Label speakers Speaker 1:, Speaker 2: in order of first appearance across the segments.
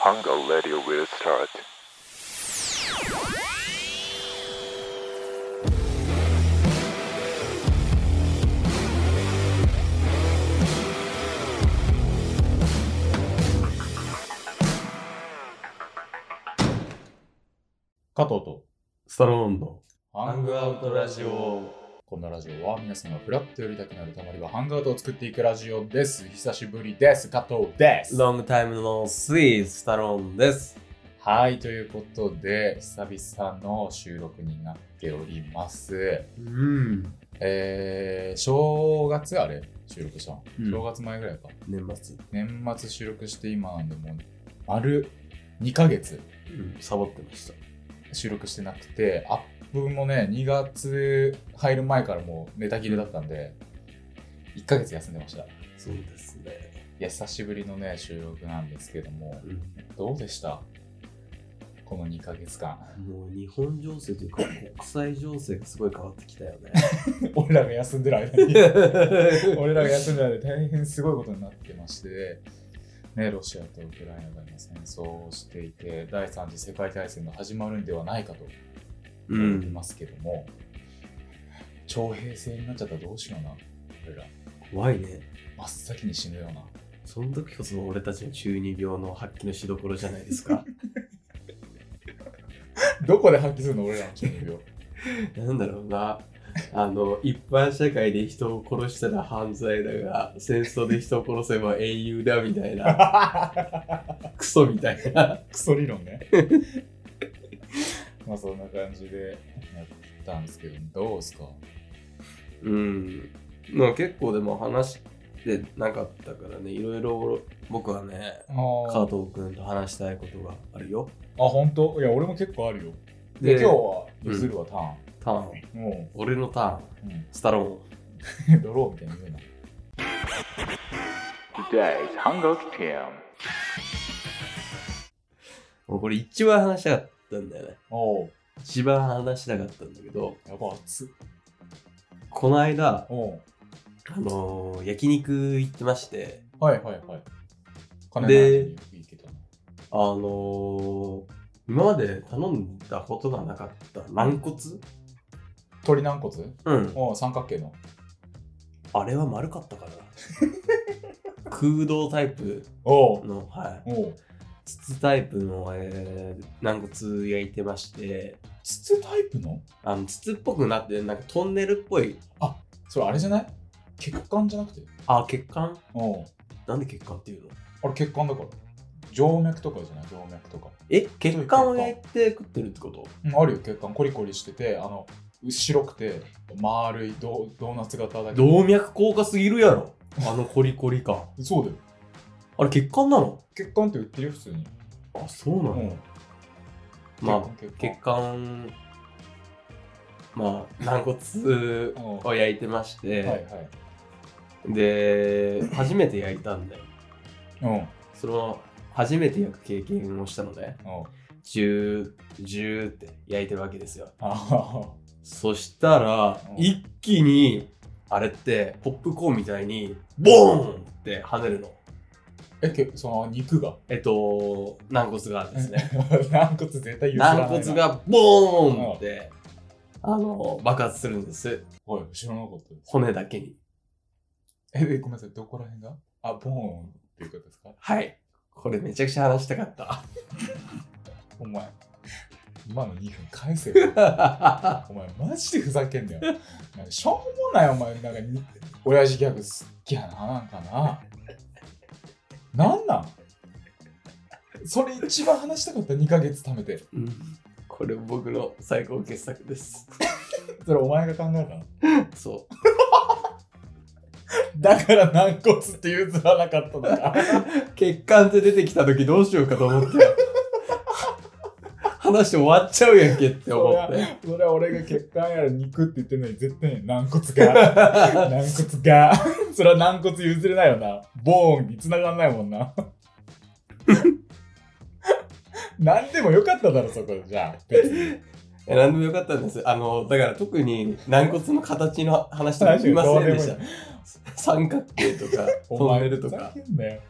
Speaker 1: Hango Radio will start.
Speaker 2: 加藤と
Speaker 3: スタローンの。
Speaker 2: ハ
Speaker 3: ングアウトラジオ
Speaker 2: このラジオは皆さんがフラッと寄りたくなるたまりはハングアウトを作っていくラジオです久しぶりです加藤です
Speaker 3: ロングタイムのスイーツスタローンです。
Speaker 2: はいということで久々の収録になっております
Speaker 3: うん。
Speaker 2: えー、正月あれ収録したの、
Speaker 3: うん
Speaker 2: 正月前ぐらいか
Speaker 3: 年末。
Speaker 2: 年末収録して今なんでもう丸2ヶ月
Speaker 3: うん、サボってました。
Speaker 2: 収録してなくてアップもね2月入る前からもうネタ切れだったんで1ヶ月休んでました
Speaker 3: そうですね。
Speaker 2: いや久しぶりのね収録なんですけども
Speaker 3: う
Speaker 2: どうでしたこの2ヶ月間
Speaker 3: ん。もう日本情勢というか国際情勢がすごい変わってきたよ ね。
Speaker 2: 俺らが休んでる間 に俺らが休んでる間に大変すごいことになってましてねロシアとウクライナが今戦争をしていて第3次世界大戦が始まるんではないかと
Speaker 3: う
Speaker 2: 思い
Speaker 3: ん。
Speaker 2: ますけども、徴兵制になっちゃったらどうしような俺ら
Speaker 3: 怖いね。
Speaker 2: 真っ先に死ぬような
Speaker 3: その時こそ俺たちの中二病の発揮のしどころじゃないです か。
Speaker 2: どこで発揮するの俺らの中二病
Speaker 3: なんだろうな。あの一般社会で人を殺したら犯罪だが戦争で人を殺せば英雄だみたいなクソみたいな
Speaker 2: クソ理論ね まあそんな感じでやったんですけどどうですか
Speaker 3: うん、まあ結構でも話してなかったからねいろいろ僕はね
Speaker 2: あ
Speaker 3: 加
Speaker 2: ー
Speaker 3: 藤君と話したいことがあるよ
Speaker 2: あ本当いや俺も結構あるよで今日はゆずるはタ
Speaker 3: ターン
Speaker 2: ーン、も
Speaker 3: 俺のターン
Speaker 2: う、うん、
Speaker 3: スタロ
Speaker 2: ドローみたいに言う な
Speaker 1: Today's Hango Team.
Speaker 3: ーンもうこれ一番話したかったんだよね
Speaker 2: おお
Speaker 3: 一番話したかったんだけど
Speaker 2: やば熱っ
Speaker 3: この間
Speaker 2: おお
Speaker 3: あのー焼肉行ってまして
Speaker 2: はいはいはい金
Speaker 3: で
Speaker 2: ないのにいいけどな
Speaker 3: あのー今まで頼んだことがなかった軟骨
Speaker 2: 鳥軟骨
Speaker 3: うん
Speaker 2: おお三角形の
Speaker 3: あれは丸かっ たからな空洞タイプ
Speaker 2: おお
Speaker 3: のはい
Speaker 2: おお
Speaker 3: 筒タイプの、えー、軟骨焼いてまして
Speaker 2: 筒タイプの
Speaker 3: あの筒っぽくなってなんかトンネルっぽい
Speaker 2: それあれじゃない血管じゃなくて
Speaker 3: あ血管
Speaker 2: おお
Speaker 3: なんで血管っていうの
Speaker 2: あれ血管だから静脈とかじゃない静脈とか
Speaker 3: え血管を焼いて食ってるってこと
Speaker 2: うん、あるよ血管コリコリしててあの白くて丸いドドーナツ型だけど
Speaker 3: 動脈硬化すぎるやろあのコリコリ感
Speaker 2: そうだよ
Speaker 3: あれ血管なの
Speaker 2: 血管って売ってるよ普通に、
Speaker 3: あそうな
Speaker 2: う
Speaker 3: の、
Speaker 2: ん、
Speaker 3: まあ
Speaker 2: 血管
Speaker 3: 血管まあ軟骨
Speaker 2: うん
Speaker 3: を焼いてまして、
Speaker 2: はいはい
Speaker 3: で初めて焼いたんだよ
Speaker 2: うん
Speaker 3: その初めて焼く経験をしたので、
Speaker 2: うん
Speaker 3: ジュージューって焼いてるわけですよ
Speaker 2: あはは
Speaker 3: そしたら、
Speaker 2: うん
Speaker 3: 一気にあれってポップコーンみたいにボーンって跳ねるの
Speaker 2: えけその肉が
Speaker 3: えっと軟骨がですね
Speaker 2: 軟骨絶対譲らないな
Speaker 3: 軟骨がボーンって、あの爆発するんです
Speaker 2: おい知らなかったです
Speaker 3: 骨だけに
Speaker 2: ええごめんなさいどこら辺があボーンっていうことですか
Speaker 3: はいこれめちゃくちゃ話したかった
Speaker 2: お前今の2分返せよお前マジでふざけんなよ。 なんかしょうもないお前、なんかに親父ギャグ好きやな、なんかな。なんなんそれ一番話したかった2ヶ月貯めて。
Speaker 3: うん これ僕の最高傑作です
Speaker 2: それお前が考えたの
Speaker 3: そう
Speaker 2: だから軟骨って譲らなかったのか。
Speaker 3: 血管って出てきた時どうしようかと思って話して終わっちゃうやんけって思って
Speaker 2: それは俺が血管やら肉って言ってるのに絶対に軟骨が。軟骨が。 それは軟骨譲れないよな。ボーンに繋がんないもんな。 何でもよかっただろ、そこで。じゃあ、別 に。
Speaker 3: え何でもよかったんですあのだから特に軟骨の形の話とか言いませんでした
Speaker 2: 話はどうでも
Speaker 3: 三角形とか
Speaker 2: お前
Speaker 3: トンネルとか
Speaker 2: ふざけんなよ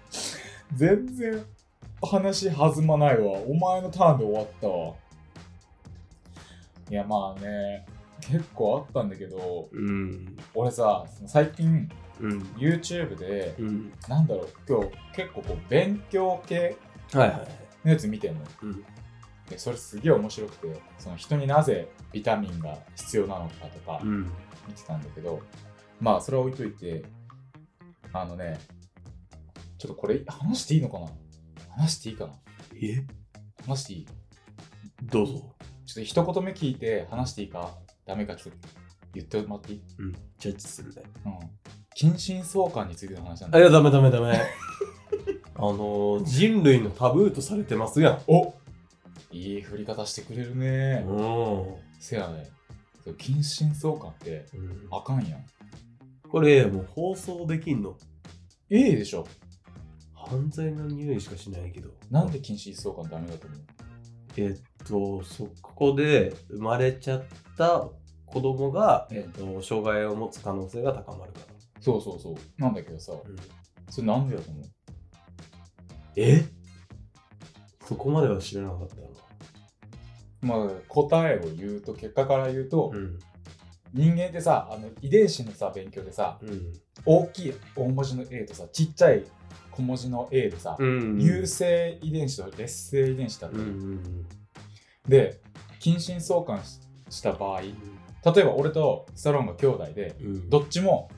Speaker 2: 全然話弾まないわお前のターンで終わったわいやまあね結構あったんだけど
Speaker 3: うん。
Speaker 2: 俺さその最近
Speaker 3: うん。
Speaker 2: YouTube で
Speaker 3: うん。
Speaker 2: なんだろう今日結構こう勉強系
Speaker 3: はいはい。
Speaker 2: のやつ見てんの
Speaker 3: うん。
Speaker 2: でそれすげえ面白くてその人になぜビタミンが必要なのかとか
Speaker 3: うん。
Speaker 2: 見てたんだけどまあそれは置いといてあのねちょっとこれ話していいのかな話していいかな
Speaker 3: え
Speaker 2: 話していい
Speaker 3: どうぞ。
Speaker 2: ちょっと一言目聞いて話していいかダメかちょっと言ってもらっていい
Speaker 3: うん。ジャッジするね。
Speaker 2: うん。近親相関についての話なんだ
Speaker 3: あ、い
Speaker 2: けど。
Speaker 3: や、ダメダメダメ。あのー、人類のタブーとされてますやん。
Speaker 2: おいい振り方してくれるね。
Speaker 3: うん。
Speaker 2: せやね。そう近親相関ってあかんやん。
Speaker 3: これ、もう放送できんの
Speaker 2: ええでしょ。
Speaker 3: 犯罪の匂いしかしないけど。
Speaker 2: なんで近親相関ダメだと思う
Speaker 3: えっと、そこで生まれちゃった子供が、
Speaker 2: うん
Speaker 3: えっと、障害を持つ可能性が高まるか
Speaker 2: そうそうそう。なんだけどさ、
Speaker 3: ら。
Speaker 2: それなんでだと思う
Speaker 3: えそこまでは知らなかったな。
Speaker 2: まあ答えを言うと、結果から言うと、
Speaker 3: ん。
Speaker 2: 人間ってさ、あの遺伝子のさ、勉強でさ、
Speaker 3: うん。
Speaker 2: 大きい大文字の A とさ、ちっちゃい小文字の A とさ、
Speaker 3: うん
Speaker 2: 優性遺伝子と劣性遺伝子だった
Speaker 3: う
Speaker 2: り、
Speaker 3: ん。
Speaker 2: で近親相関しした場合例えば俺とスタローンが兄弟で
Speaker 3: うん。
Speaker 2: どっちも、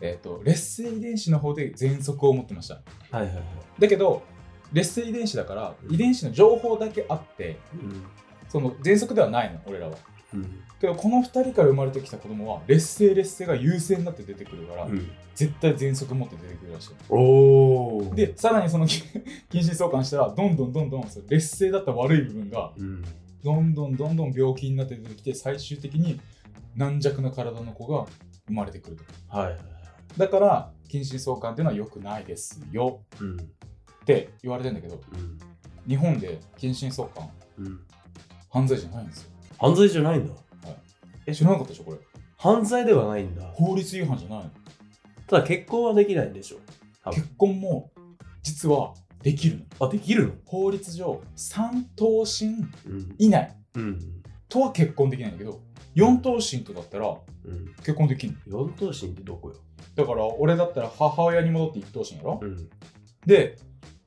Speaker 2: えー、と劣勢遺伝子の方で喘息を持ってました
Speaker 3: はいはいはい。
Speaker 2: だけど劣勢遺伝子だから
Speaker 3: うん
Speaker 2: 遺伝子の情報だけあって
Speaker 3: うん。
Speaker 2: その喘息ではないの俺らは
Speaker 3: うん。
Speaker 2: けどこの2人から生まれてきた子供は劣勢劣勢が優勢になって出てくるから、
Speaker 3: うん。
Speaker 2: 絶対喘息持って出てくるらしい
Speaker 3: おお。、
Speaker 2: でさらにその 近親相関したらどんどんどんどんその劣勢だった悪い部分が
Speaker 3: うん。
Speaker 2: どんどんどんどん病気になって出てきて最終的に軟弱な体の子が生まれてくると
Speaker 3: はいはいはい。
Speaker 2: だから近親相関っていうのは良くないですよ
Speaker 3: うん。
Speaker 2: って言われてんだけど
Speaker 3: うん。
Speaker 2: 日本で近親相関
Speaker 3: うん。
Speaker 2: 犯罪じゃないんですよ
Speaker 3: 犯罪じゃないんだ。
Speaker 2: え知らなかったでしょこれ
Speaker 3: 犯罪ではないんだ。
Speaker 2: 法律違反じゃないの
Speaker 3: ただ結婚はできないんでしょ。多分
Speaker 2: 結婚も実はできるの
Speaker 3: あ、できるの
Speaker 2: 法律上3等身
Speaker 3: うん。
Speaker 2: 以内
Speaker 3: うん。
Speaker 2: とは結婚できないんだけど4等身とだったら
Speaker 3: うん。
Speaker 2: 結婚できるの
Speaker 3: 四等身ってどこよ
Speaker 2: だから俺だったら母親に戻って1等身やろ、
Speaker 3: うん。
Speaker 2: で、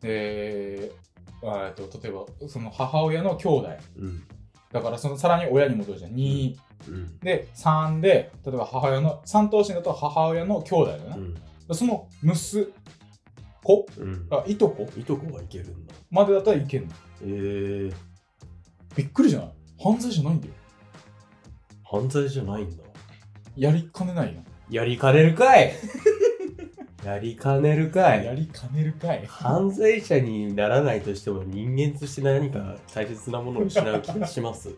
Speaker 2: えーあーえっと例えばその母親の兄弟
Speaker 3: うん。
Speaker 2: だからそのさらに親に戻るじゃん2
Speaker 3: うん。
Speaker 2: で3で例えば母親の3等身だと母親の兄弟だよ
Speaker 3: う
Speaker 2: ね、
Speaker 3: ん。
Speaker 2: その息子
Speaker 3: うん。
Speaker 2: あいとこ
Speaker 3: いとこはいけるんだ。
Speaker 2: までだったらいけんの
Speaker 3: えー、
Speaker 2: びっくりじゃない犯罪じゃないんだよ
Speaker 3: 犯罪じゃないんだ。
Speaker 2: やりかねないやん
Speaker 3: やりかねるかい やりかねるか
Speaker 2: や
Speaker 3: い
Speaker 2: りかねるかい
Speaker 3: 犯罪者にならないとしても人間として何か大切なものを失う気がし ます。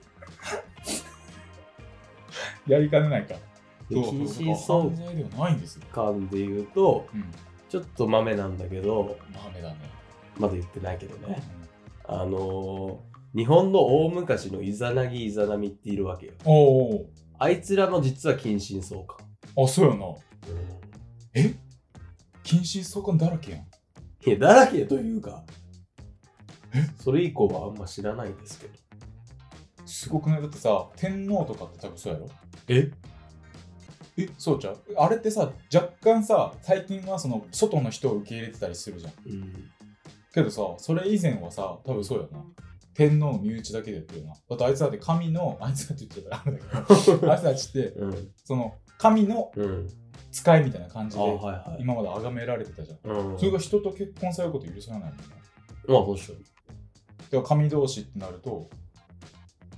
Speaker 2: やりかねないか
Speaker 3: で
Speaker 2: そう
Speaker 3: 近
Speaker 2: そう
Speaker 3: 親
Speaker 2: そう犯
Speaker 3: 相
Speaker 2: 罪ではないんですよ
Speaker 3: 関で言うと、
Speaker 2: うん
Speaker 3: ちょっと豆なんだけど、
Speaker 2: ダメだね、
Speaker 3: まだ言ってないけどね。
Speaker 2: うん
Speaker 3: あのー、日本の大昔のイザナギイザナミっているわけよ。
Speaker 2: おー
Speaker 3: あいつらも実は近親相関。
Speaker 2: おーあそうやな近親相関だらけやん
Speaker 3: いや、だらけというか、それ以降はあんま知らないんですけど。
Speaker 2: すごくないだってさ天皇とかって多分そうやろ
Speaker 3: え
Speaker 2: えそうちゃうあれってさ若干さ最近はその外の人を受け入れてたりするじゃん
Speaker 3: うん。
Speaker 2: けどさそれ以前はさ多分そうやな天皇の身内だけでやってるなだってあいつだって神のあいつだって言っちゃったらあれだけ どあいつたちって
Speaker 3: うん。
Speaker 2: その神の
Speaker 3: うん。
Speaker 2: 使いみたいな感じ
Speaker 3: あ、
Speaker 2: で
Speaker 3: はいはい。
Speaker 2: 今まで崇められてたじゃん
Speaker 3: うん。
Speaker 2: それが人と結婚されること許されないもんね
Speaker 3: まあ、そうっしょ。
Speaker 2: だから神同士ってなると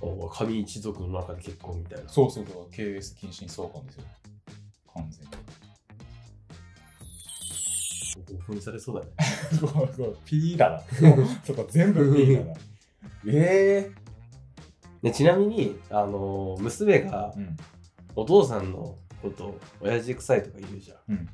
Speaker 3: お神一族の中で結婚みたいな。
Speaker 2: そうそうそう、KS 禁止に相関ですよ。完全に。
Speaker 3: 興奮されそうだね。
Speaker 2: すごいすごい、ピーだな。 そっか、全部ピーだな。 え
Speaker 3: でちなみに、あのー娘が
Speaker 2: ぇ、うん。
Speaker 3: お父さんのこと、親父臭いとか言うじゃん。
Speaker 2: うん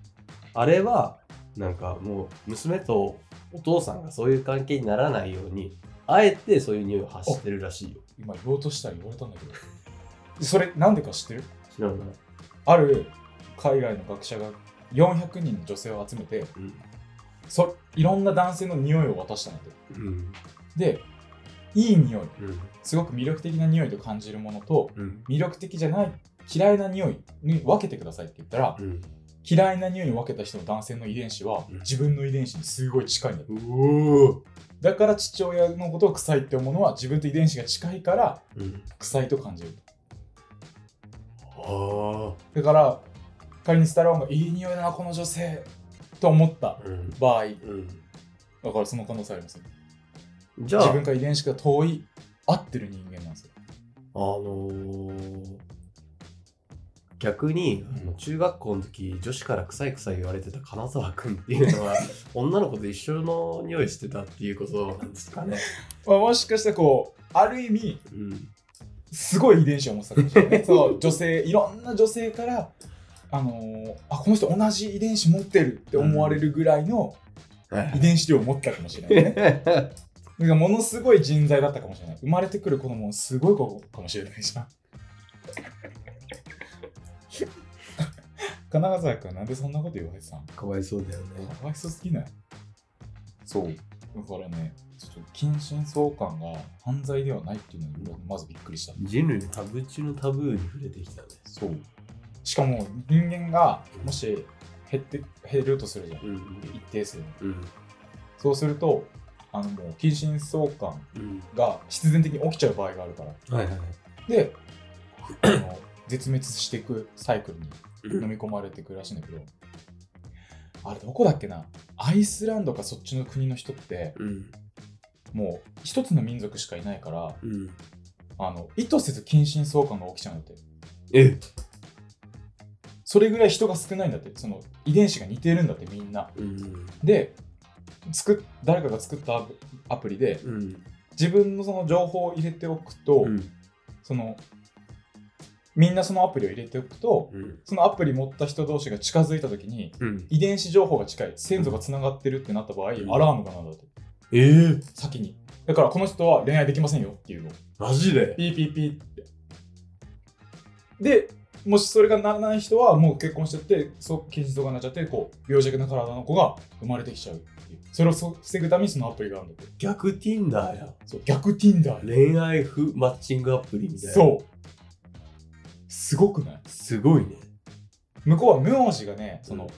Speaker 3: あれは、なんかもう、娘とお父さんがそういう関係にならないように、あえてそういう匂いを発してるらしいよ。
Speaker 2: 今言おうとしたら言われたんだけど。それ、なんでか知ってる
Speaker 3: 知らない。
Speaker 2: ある海外の学者が400人の女性を集めて、
Speaker 3: うん。
Speaker 2: そいろんな男性の匂いを渡したので
Speaker 3: うん
Speaker 2: でいい匂い
Speaker 3: うん
Speaker 2: すごく魅力的な匂いと感じるものと
Speaker 3: うん
Speaker 2: 魅力的じゃない嫌いな匂いに分けてくださいって言ったら
Speaker 3: うん
Speaker 2: 嫌いな匂いに分けた人の男性の遺伝子は
Speaker 3: うん
Speaker 2: 自分の遺伝子にすごい近いんだって
Speaker 3: うお
Speaker 2: だから父親のことを臭いって思うのは自分と遺伝子が近いから
Speaker 3: うん
Speaker 2: 臭いと感じる
Speaker 3: あ
Speaker 2: だから仮にスタローンがいい匂いだなこの女性と思った
Speaker 3: あうん
Speaker 2: 場合
Speaker 3: うん
Speaker 2: だからその可能性ありますよ
Speaker 3: じゃあ
Speaker 2: 自分から遺伝子が遠い合ってる人間なんですよ
Speaker 3: あのー逆にあの中学校の時女子から臭い臭い言われてた金沢君っていうのは女の子と一緒の匂いしてたっていうことなんですかね。
Speaker 2: まあ、もしかしたらこうある意味
Speaker 3: うん、
Speaker 2: すごい遺伝子を持ってたかもしれない ねその女性いろんな女性からあのーあこの人同じ遺伝子持ってるって思われるぐらいの遺伝子量を持ってたかもしれないね だからものすごい人材だったかもしれない生まれてくる子供もすごい子かもしれないじゃん金沢君なんでそんなこと言われてたの
Speaker 3: かわいそうだよね。
Speaker 2: かわいそうすぎないそう。だからね、ちょっと近親相関が犯罪ではないっていうのがまずびっくりした。
Speaker 3: 人類のタブー中のタブーに触れてきたね。
Speaker 2: そう。しかも人間がもし減って減るとするじゃん。
Speaker 3: うん
Speaker 2: 一定数に。
Speaker 3: うん
Speaker 2: そうすると、あのもう近親相関
Speaker 3: うん
Speaker 2: が必然的に起きちゃう場合があるから。
Speaker 3: はいはいはい。
Speaker 2: で、あの絶滅していくサイクルに飲み込まれていくらしいんだけど、あれどこだっけなアイスランドかそっちの国の人って、
Speaker 3: うん
Speaker 2: もう一つの民族しかいないから
Speaker 3: うん、
Speaker 2: あの意図せず近親相関が起きちゃうんだって
Speaker 3: え
Speaker 2: それぐらい人が少ないんだってその遺伝子が似てるんだってみんな
Speaker 3: うん
Speaker 2: で作っ誰かが作ったアプアプリで
Speaker 3: うん
Speaker 2: 自分のその情報を入れておくと、
Speaker 3: うん
Speaker 2: そのみんなそのアプリを入れておくと
Speaker 3: うん
Speaker 2: そのアプリ持った人同士が近づいた時に
Speaker 3: うん
Speaker 2: 遺伝子情報が近い先祖がつながってるってなった場合、
Speaker 3: ん
Speaker 2: アラームが鳴るんだって
Speaker 3: えー、
Speaker 2: 先にだからこの人は恋愛できませんよっていうの
Speaker 3: マジで
Speaker 2: ピーピーピーって。で、もしそれがならない人はもう結婚しちゃって、そう近親とかになっちゃって、こう、病弱な体の子が生まれてきちゃうっていう。それをそ防ぐためにそのアプリがあるんだって。
Speaker 3: 逆 Tinder や
Speaker 2: そう、逆 Tinder ね。
Speaker 3: 恋愛風マッチングアプリみたいな
Speaker 2: そう。すごくないう
Speaker 3: すごいね
Speaker 2: 向こうは名字がね、その、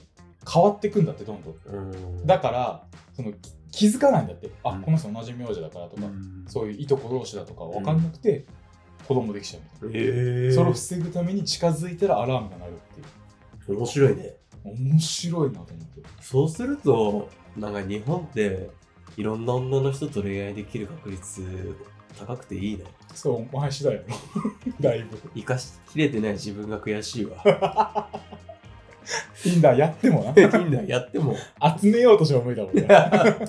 Speaker 2: 変わってくんだって、どんどん。
Speaker 3: うん
Speaker 2: だから、その、き気づかないんだって。あ、
Speaker 3: うん
Speaker 2: この人同じ名字だからとか、
Speaker 3: うん
Speaker 2: そういういとこ同士だとか分かんなくて、子供できちゃうみたいな。
Speaker 3: ええ
Speaker 2: それを防ぐために近づいたらアラームが鳴るっていう。
Speaker 3: 面白いね
Speaker 2: 面白いなと思って
Speaker 3: そうするとなんか日本っていろんな女の人と恋愛できる確率高くていいね
Speaker 2: そうお前次第やろ だいぶ
Speaker 3: 生かしきれてない自分が悔しい わ
Speaker 2: t i n d やってもな
Speaker 3: Tinder やって も
Speaker 2: 集めようとしても無理だもんね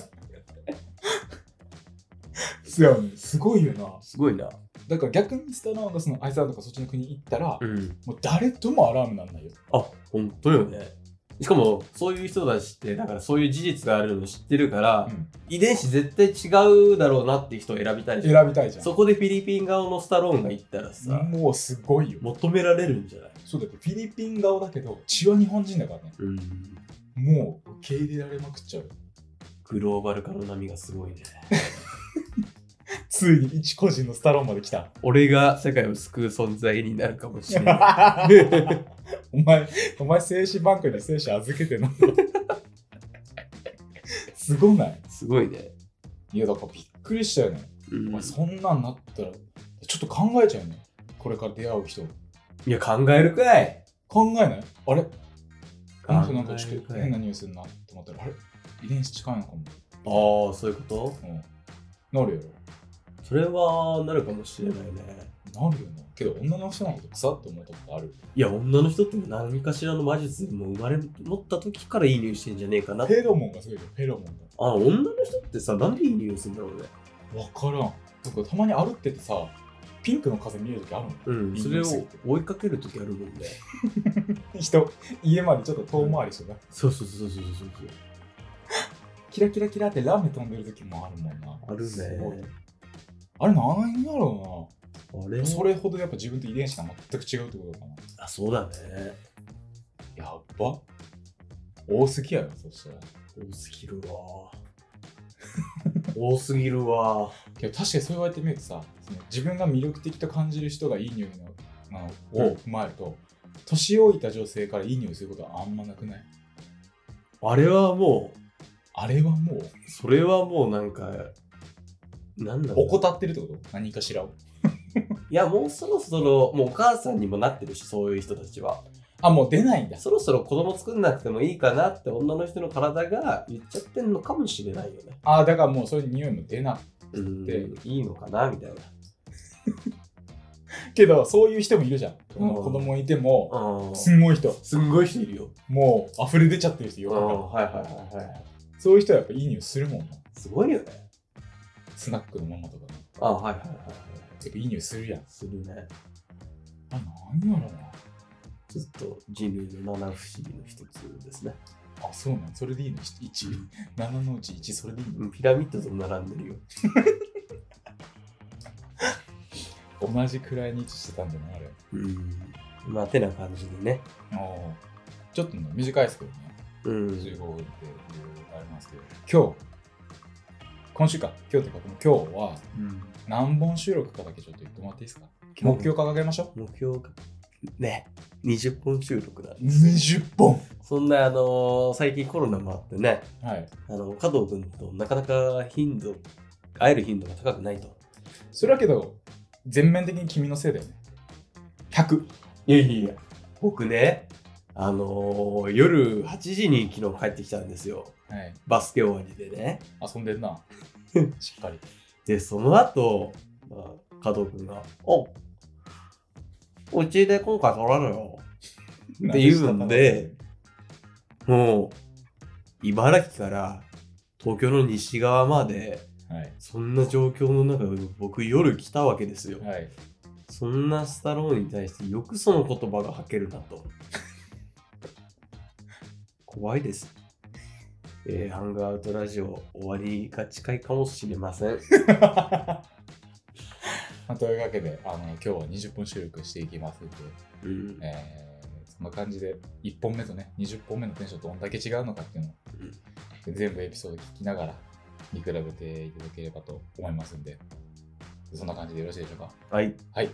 Speaker 2: そうやねすごいよな
Speaker 3: すごいな
Speaker 2: だから逆にスタローンがそのアイスランドとかそっちの国行ったら、
Speaker 3: うん
Speaker 2: もう誰ともアラームなんないよ
Speaker 3: あ本当よねしかもそういう人たちってだからそういう事実があるの知ってるから、
Speaker 2: うん
Speaker 3: 遺伝子絶対違うだろうなって人を選びたいじゃん
Speaker 2: 選びたいじゃん
Speaker 3: そこでフィリピン顔のスタローンが行ったらさ、
Speaker 2: もうすごいよ
Speaker 3: 求められるんじゃない
Speaker 2: そうだってフィリピン顔だけど血は日本人だからね
Speaker 3: うん
Speaker 2: もう受け入れられまくっちゃうよ
Speaker 3: グローバル化の波がすごいね
Speaker 2: ついに一個人のスタローンまで 来た
Speaker 3: 俺が世界を救う存在になるかもしれない
Speaker 2: お前お前精子バンクに精子預けてんのすごない
Speaker 3: すごいね、
Speaker 2: いやだからびっくりしたよね。
Speaker 3: うん
Speaker 2: お前そんなんなったらちょっと考えちゃうよね。これから出会う人。
Speaker 3: いや考えるかい
Speaker 2: 考えないあれこの人なんか
Speaker 3: 考
Speaker 2: ち
Speaker 3: え
Speaker 2: ょ
Speaker 3: る
Speaker 2: っと
Speaker 3: か
Speaker 2: 変ないニュースになって思ったらあれ遺伝子近いのかも。
Speaker 3: ああそういうこ
Speaker 2: うん、なるよ。
Speaker 3: とそれはなるかもしれないね
Speaker 2: なるよな。けど女の人のこと腐って思ったことある。
Speaker 3: いや女の人って何かしらの魔術でもう生まれ持った時からいい匂いしてんじゃねえかな
Speaker 2: フェロモンがすごいよ、フェロモン
Speaker 3: あ女の人ってさなんでいい匂いするんだろうね
Speaker 2: が。わからん。なんかたまに歩っててさ、ピンクの風見える時ある
Speaker 3: うんそれを追いかける時あるもんね
Speaker 2: の人、家までちょっと遠回りしてな。
Speaker 3: そうそうそうそうそうそう
Speaker 2: キラキラキラってラーメン飛んでる時もあるもんな。
Speaker 3: ある
Speaker 2: すごい
Speaker 3: ね。
Speaker 2: あれなんだろうな。
Speaker 3: あれ
Speaker 2: それほどやっぱ自分と遺伝子が全く違うってことかな。
Speaker 3: あ、そうだね。
Speaker 2: やっば多すぎやろ、そしたら。
Speaker 3: 多すぎる わ多すぎるわ
Speaker 2: けど確かにそう言われてみるとさその自分が魅力的と感じる人がいい匂いのなの
Speaker 3: うん
Speaker 2: を踏まえると、年老いた女性からいい匂いすることはあんまなくない
Speaker 3: あれはも
Speaker 2: あれはもう
Speaker 3: うそれはもうなんかなんだろうな
Speaker 2: 怠ってるってこと何かしらを
Speaker 3: いやもうそろそろもうお母さんにもなってるしそういう人たちは
Speaker 2: あもう出ないんだ
Speaker 3: そろそろ子供作んなくてもいいかなって女の人の体が言っちゃってんのかもしれないよね
Speaker 2: あだからもうそういう匂いも出な
Speaker 3: うん
Speaker 2: で
Speaker 3: いいのかなみたいな
Speaker 2: くけどそういう人もいるじゃん、その
Speaker 3: うん
Speaker 2: 子供いても、
Speaker 3: うん
Speaker 2: すんごい人
Speaker 3: すんごい人いるよ
Speaker 2: もう溢れ出ちゃってる人よくわか
Speaker 3: はいはいはいはい
Speaker 2: るそういう人はやっぱいい匂いするもんな
Speaker 3: すごいよね
Speaker 2: スナックのママとか
Speaker 3: あはいはいはいはい
Speaker 2: やっぱいい匂いするやん
Speaker 3: するね
Speaker 2: あ何やろうな
Speaker 3: ちょっと人類の七不思議の一つですね、
Speaker 2: あそうなんそれでいいの1 7のうち1それでいいの
Speaker 3: うん、ピラミッドと並んでるよ
Speaker 2: 同じくらいに位置してたんじゃないあれ。
Speaker 3: うんまあてな感じでね
Speaker 2: ちょっとね、短いですけどね、
Speaker 3: う
Speaker 2: 15
Speaker 3: ん
Speaker 2: 分っていうありますけど、今日、今週か、今日とか、今日は何本収録かだけちょっと言ってもらっていいですか目標掲げましょ
Speaker 3: 目標がね20本収録だ
Speaker 2: う。20本
Speaker 3: そんなあのー最近コロナもあってね
Speaker 2: はい。
Speaker 3: あの加藤君となかなか頻度会える頻度が高くないと
Speaker 2: それだけど、全面的に君のせいだよね。100。
Speaker 3: いやいやいや僕ねあのー夜8時に昨日帰ってきたんですよ
Speaker 2: はい。
Speaker 3: バスケ終わりでね
Speaker 2: 遊んでん な。しっかり。
Speaker 3: で、その後、まあ、加藤君が、おうちで今回取られよ。って言うんで、もう、茨城から東京の西側まで、
Speaker 2: はい。
Speaker 3: そんな状況の中で僕夜来たわけですよ。
Speaker 2: はい。
Speaker 3: そんなスタローンに対してよくその言葉が吐けるなと。 怖いです。えーハングアウトラジオ終わりが近いかもしれません。
Speaker 2: まあというわけで、あの今日は20本収録していきますんで、
Speaker 3: うん
Speaker 2: えーそんな感じで、1本目とね、20本目のテンションとどんだけ違うのかっていうのを、全部エピソード聞きながら見比べていただければと思いますんで、そんな感じでよろしいでしょうか。
Speaker 3: はい。
Speaker 2: はい。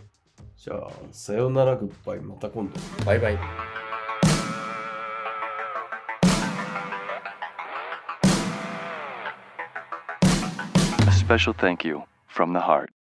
Speaker 3: じゃあ、さよなら、グッバイ、また今度。
Speaker 2: バイバイ。
Speaker 1: A special thank you from the heart.